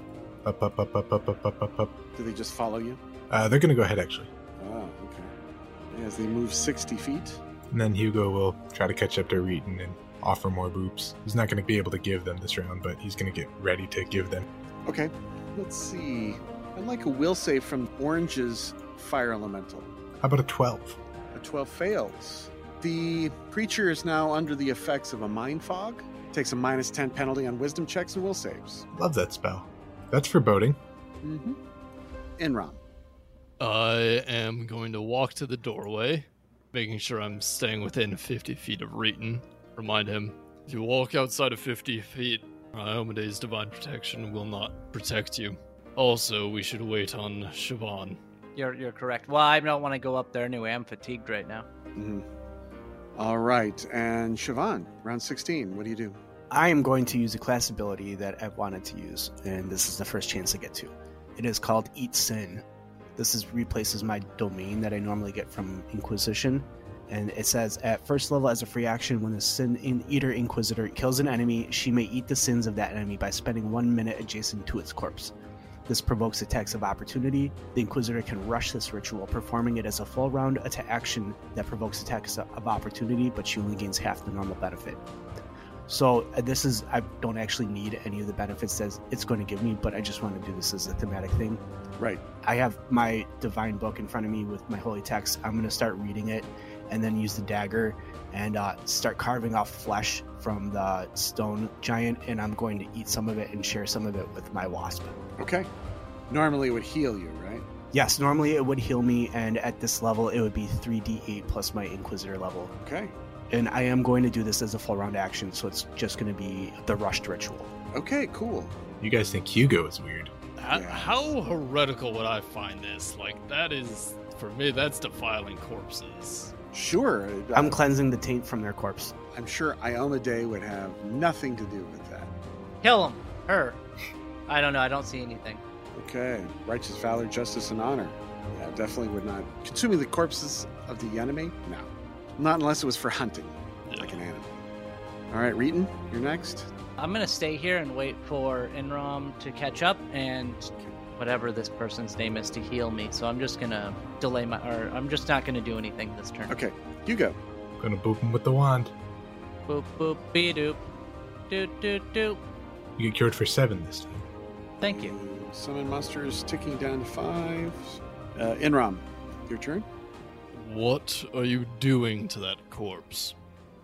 [SPEAKER 4] Up, up, up, up, up, up, up, up, up.
[SPEAKER 1] do they just follow you?
[SPEAKER 4] Uh, they're going to go ahead, actually.
[SPEAKER 1] Oh, okay. As they move 60 feet.
[SPEAKER 4] And then Hugo will try to catch up to Reeton and offer more boops. He's not going to be able to give them this round, but he's going to get ready to give them.
[SPEAKER 1] Okay, let's see. I'd like a will save from Orange's fire elemental.
[SPEAKER 4] How about a 12?
[SPEAKER 1] A 12 fails. The creature is now under the effects of a mind fog. Takes a minus 10 penalty on wisdom checks and will saves.
[SPEAKER 4] Love that spell. That's foreboding.
[SPEAKER 1] Mm-hmm. Enron.
[SPEAKER 3] I am going to walk to the doorway, making sure I'm staying within 50 feet of Reeton. Remind him if you walk outside of 50 feet, Iomede's divine protection will not protect you. Also, we should wait on Siobhan.
[SPEAKER 2] You're you're correct. Well, I don't want to go up there anyway. I'm fatigued right now.
[SPEAKER 1] Mhm. All right, and Siobhan, round 16, what do you do?
[SPEAKER 5] I am going to use a class ability that I've wanted to use, and this is the first chance I get to. It is called Eat Sin. This is replaces my domain that I normally get from Inquisition, and it says at first level as a free action, when the Sin in Eater Inquisitor kills an enemy, she may eat the sins of that enemy by spending one minute adjacent to its corpse. This provokes attacks of opportunity. The Inquisitor can rush this ritual, performing it as a full round attack action that provokes attacks of opportunity, but she only gains half the normal benefit. So uh, this is I don't actually need any of the benefits that it's going to give me, but I just want to do this as a thematic thing.
[SPEAKER 1] Right.
[SPEAKER 5] I have my divine book in front of me with my holy text. I'm going to start reading it, and then use the dagger and uh, start carving off flesh from the stone giant, and I'm going to eat some of it and share some of it with my wasp.
[SPEAKER 1] Okay. Normally it would heal you, right?
[SPEAKER 5] Yes, normally it would heal me, and at this level it would be 3d8 plus my inquisitor level.
[SPEAKER 1] Okay.
[SPEAKER 5] And I am going to do this as a full round action, so it's just going to be the rushed ritual.
[SPEAKER 1] Okay, cool.
[SPEAKER 4] You guys think Hugo is weird?
[SPEAKER 3] H-
[SPEAKER 1] Yeah.
[SPEAKER 3] How heretical would I find this? Like, that is, for me, that's defiling corpses.
[SPEAKER 1] Sure. uh,
[SPEAKER 5] I'm cleansing the taint from their corpse.
[SPEAKER 1] I'm sure Ioma Day would have nothing to do with that.
[SPEAKER 2] Kill him. Her. I don't know. I don't see anything.
[SPEAKER 1] Okay. Righteous valor, justice, and honor. Yeah, definitely would not. Consuming the corpses of the enemy? No. Not unless it was for hunting,
[SPEAKER 3] Yeah.
[SPEAKER 1] like an animal. All right, Reeton, you're next.
[SPEAKER 2] I'm gonna stay here and wait for Enrom to catch up and whatever this person's name is to heal me. So I'm just gonna delay my, or I'm just not gonna do anything this turn.
[SPEAKER 1] Okay, you go.
[SPEAKER 4] Gonna boop him with the wand.
[SPEAKER 2] Boop boop be doop, doot doot doop.
[SPEAKER 4] You get cured for seven this time.
[SPEAKER 2] Thank you.
[SPEAKER 1] Mm, Summon monsters ticking down to five. Uh, Enram, your turn.
[SPEAKER 3] What are you doing to that corpse?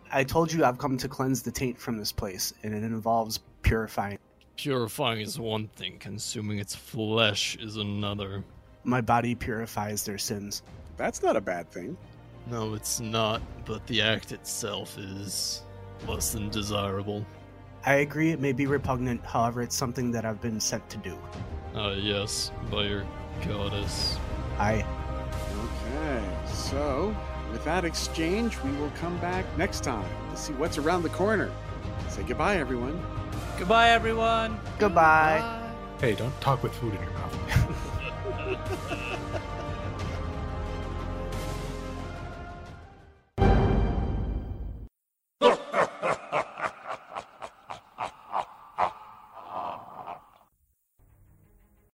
[SPEAKER 5] I told you I've come to cleanse the taint from this place, and it involves purifying.
[SPEAKER 3] Purifying is one thing, consuming its flesh is another.
[SPEAKER 5] My body purifies their sins.
[SPEAKER 1] That's not a bad thing.
[SPEAKER 3] No, it's not, but the act itself is less than desirable.
[SPEAKER 5] I agree it may be repugnant, however, it's something that I've been sent to do.
[SPEAKER 3] Ah, yes, by your goddess.
[SPEAKER 5] I.
[SPEAKER 1] Okay, so with that exchange, we will come back next time to see what's around the corner. Say goodbye, everyone. Mm.
[SPEAKER 2] Goodbye, everyone.
[SPEAKER 5] Goodbye.
[SPEAKER 4] Hey, don't talk with food in your mouth.